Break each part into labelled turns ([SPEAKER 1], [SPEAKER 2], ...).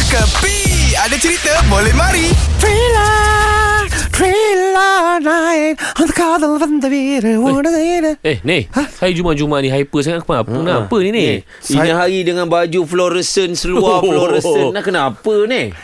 [SPEAKER 1] Kepi Ada cerita boleh mari
[SPEAKER 2] Thriller, thriller night On the cover of the beer
[SPEAKER 3] Eh, ni.
[SPEAKER 2] Hah?
[SPEAKER 3] Saya Jumat-Jumat ni hyper sangat kenapa? Apa, ha. apa ni ni?
[SPEAKER 4] Ini hari dengan baju fluorescent seluar
[SPEAKER 3] Oh.
[SPEAKER 4] fluorescent nak kenapa ni?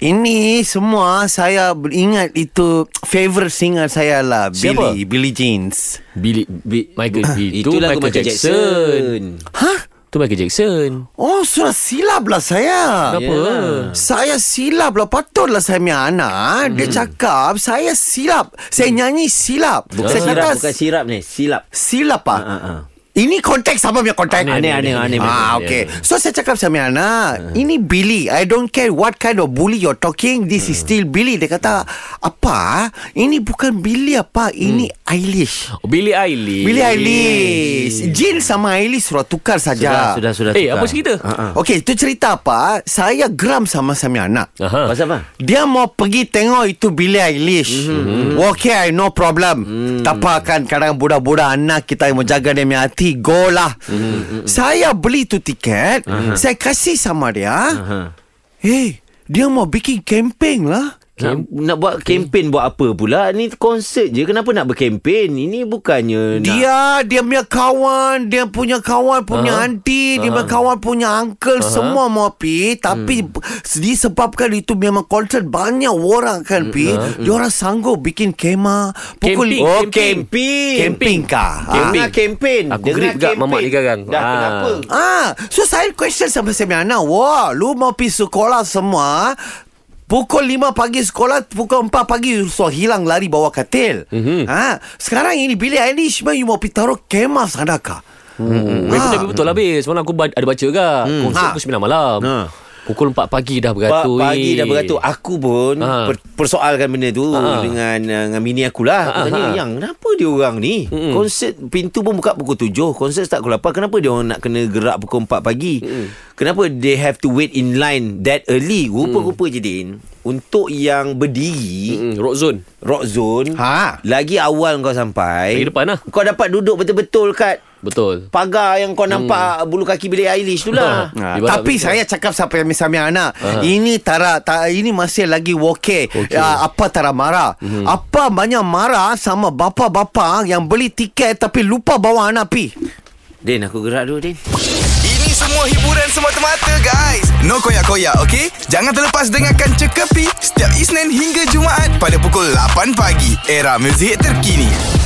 [SPEAKER 2] Ini semua saya ingat itu favorite singer saya lah
[SPEAKER 4] Siapa?
[SPEAKER 2] Billy, Billy Jeans
[SPEAKER 3] Billy, Bi- Michael itu,
[SPEAKER 4] Itu lagu
[SPEAKER 3] Michael
[SPEAKER 4] Michael Jackson.
[SPEAKER 2] Hah?
[SPEAKER 3] Itu Michael Jackson.
[SPEAKER 2] Oh sudah silap lah saya
[SPEAKER 3] Kenapa?
[SPEAKER 4] Yelah.
[SPEAKER 2] Saya silap lah Patutlah saya punya anak hmm. Dia cakap Saya silap Saya nyanyi silap
[SPEAKER 4] Bukan
[SPEAKER 2] Saya
[SPEAKER 4] sirap,
[SPEAKER 2] kata
[SPEAKER 4] bukan sirap ni, silap.
[SPEAKER 2] Silap ah.
[SPEAKER 4] Ha, ha.
[SPEAKER 2] Ini konteks sama punya konteks
[SPEAKER 4] Aneh, aneh, aneh,
[SPEAKER 2] Ah,
[SPEAKER 4] aneh. Ah.
[SPEAKER 2] okay. So saya cakap sama Ana, ini Billy. I don't care what kind of bully you're talking. This is
[SPEAKER 4] Hmm.
[SPEAKER 2] still Billy. Dia kata, apa? Ini bukan Billy apa? Ini
[SPEAKER 4] Hmm.
[SPEAKER 2] Eilish.
[SPEAKER 3] Oh, Billy Eilish.
[SPEAKER 2] Billy Eilish. Jin sama Eilish sudah tukar
[SPEAKER 4] Sudah,
[SPEAKER 2] saja.
[SPEAKER 4] sudah, sudah.
[SPEAKER 3] Eh,
[SPEAKER 4] tukar.
[SPEAKER 3] apa cerita?
[SPEAKER 4] Ha, ha.
[SPEAKER 2] Okay, itu cerita apa? Saya geram sama sama Ana.
[SPEAKER 3] Aha.
[SPEAKER 4] Pasal apa?
[SPEAKER 2] Dia mau pergi tengok itu Billie Eilish mm-hmm. Okay I no problem mm-hmm. Tak apa kan Kadang budak-budak anak kita yang Mau jaga dia punya hati Go lah mm-hmm. Saya beli tu tiket uh-huh. Saya kasih sama dia
[SPEAKER 4] Mhm. Ha.
[SPEAKER 2] uh-huh. Hey Dia mau bikin camping lah
[SPEAKER 4] Nak, nak buat kempen buat apa pula? Ni konsert je. Kenapa nak berkempen? Ini bukannya nak...
[SPEAKER 2] Dia Dia punya kawan Dia punya kawan Punya uh-huh. auntie Dia punya kawan Punya uncle uh-huh. Semua mau pi Tapi
[SPEAKER 3] Hmm.
[SPEAKER 2] b- Disebabkan itu Memang konsert Banyak orang kan pi uh-huh. Dia orang sanggup Bikin kema
[SPEAKER 3] Hmm, Camping.
[SPEAKER 4] Oh,
[SPEAKER 3] Camping.
[SPEAKER 4] kempen.
[SPEAKER 2] Camping kah ha?
[SPEAKER 4] Camping. Dengar Ah, kempen.
[SPEAKER 3] Aku grip juga mamak ni sekarang.
[SPEAKER 4] Dah,
[SPEAKER 3] Ah.
[SPEAKER 4] kenapa?
[SPEAKER 2] ah, So saya question sama Semiana Wah lu mau pergi sekolah semua Pukul 5 pagi sekolah Pukul 4 pagi So hilang lari bawah katil
[SPEAKER 3] Mhm.
[SPEAKER 2] mm-hmm. ha? Sekarang ini Billie Eilish Man you mau pergi taruh kemah sana kah
[SPEAKER 3] Hmm. Memang tapi betul lah habis. Semalam aku ba- ada baca ke. Hmm. Konsert
[SPEAKER 2] Ha.
[SPEAKER 3] pukul 9 malam.
[SPEAKER 4] Ha.
[SPEAKER 3] Pukul 4 pagi dah
[SPEAKER 4] Pa-
[SPEAKER 3] beratur.
[SPEAKER 4] pagi
[SPEAKER 3] eh.
[SPEAKER 4] dah beratur Aku pun
[SPEAKER 3] Ha.
[SPEAKER 4] per- persoalkan benda tu
[SPEAKER 3] Ha.
[SPEAKER 4] dengan uh, dengan bini akulah. Aku
[SPEAKER 3] Ha,
[SPEAKER 4] tanya,
[SPEAKER 3] ha.
[SPEAKER 4] "Yang, kenapa dia orang ni?
[SPEAKER 3] Mm-mm.
[SPEAKER 4] Konsert pintu pun buka pukul 7, konsert start pukul 8. Kenapa dia orang nak kena gerak pukul 4 pagi? Kenapa they have to wait in line that early?"
[SPEAKER 3] Mm.
[SPEAKER 4] Rupa-rupa je Din, untuk yang
[SPEAKER 3] Hmm,
[SPEAKER 4] berdiri
[SPEAKER 3] Rock Zone.
[SPEAKER 4] rock zone,
[SPEAKER 2] Ha.
[SPEAKER 4] lagi awal kau sampai,
[SPEAKER 3] Lagi depan lah.
[SPEAKER 4] Kau dapat duduk betul-betul kat
[SPEAKER 3] Betul.
[SPEAKER 4] pagar yang kau nampak bulu kaki Billie Eilish tu
[SPEAKER 3] Mm.
[SPEAKER 4] lah.
[SPEAKER 3] Ha.
[SPEAKER 2] Ha,
[SPEAKER 3] Ibarat
[SPEAKER 2] tapi
[SPEAKER 3] begitu.
[SPEAKER 2] saya cakap siapa yang misalnya anak uh-huh. ini tara ta, ini masih lagi okey. Okay. Uh, apa tara marah? Hmm. Apa banyak marah sama bapa-bapa yang beli tiket tapi lupa bawa anak pi.
[SPEAKER 4] Din, aku gerak dulu, Din.
[SPEAKER 1] Ini semua hiburan semata-mata guys No koyak-koyak ok Jangan terlepas dengarkan Cekapi Setiap Isnin hingga Jumaat Pada pukul 8 pagi Era muzik terkini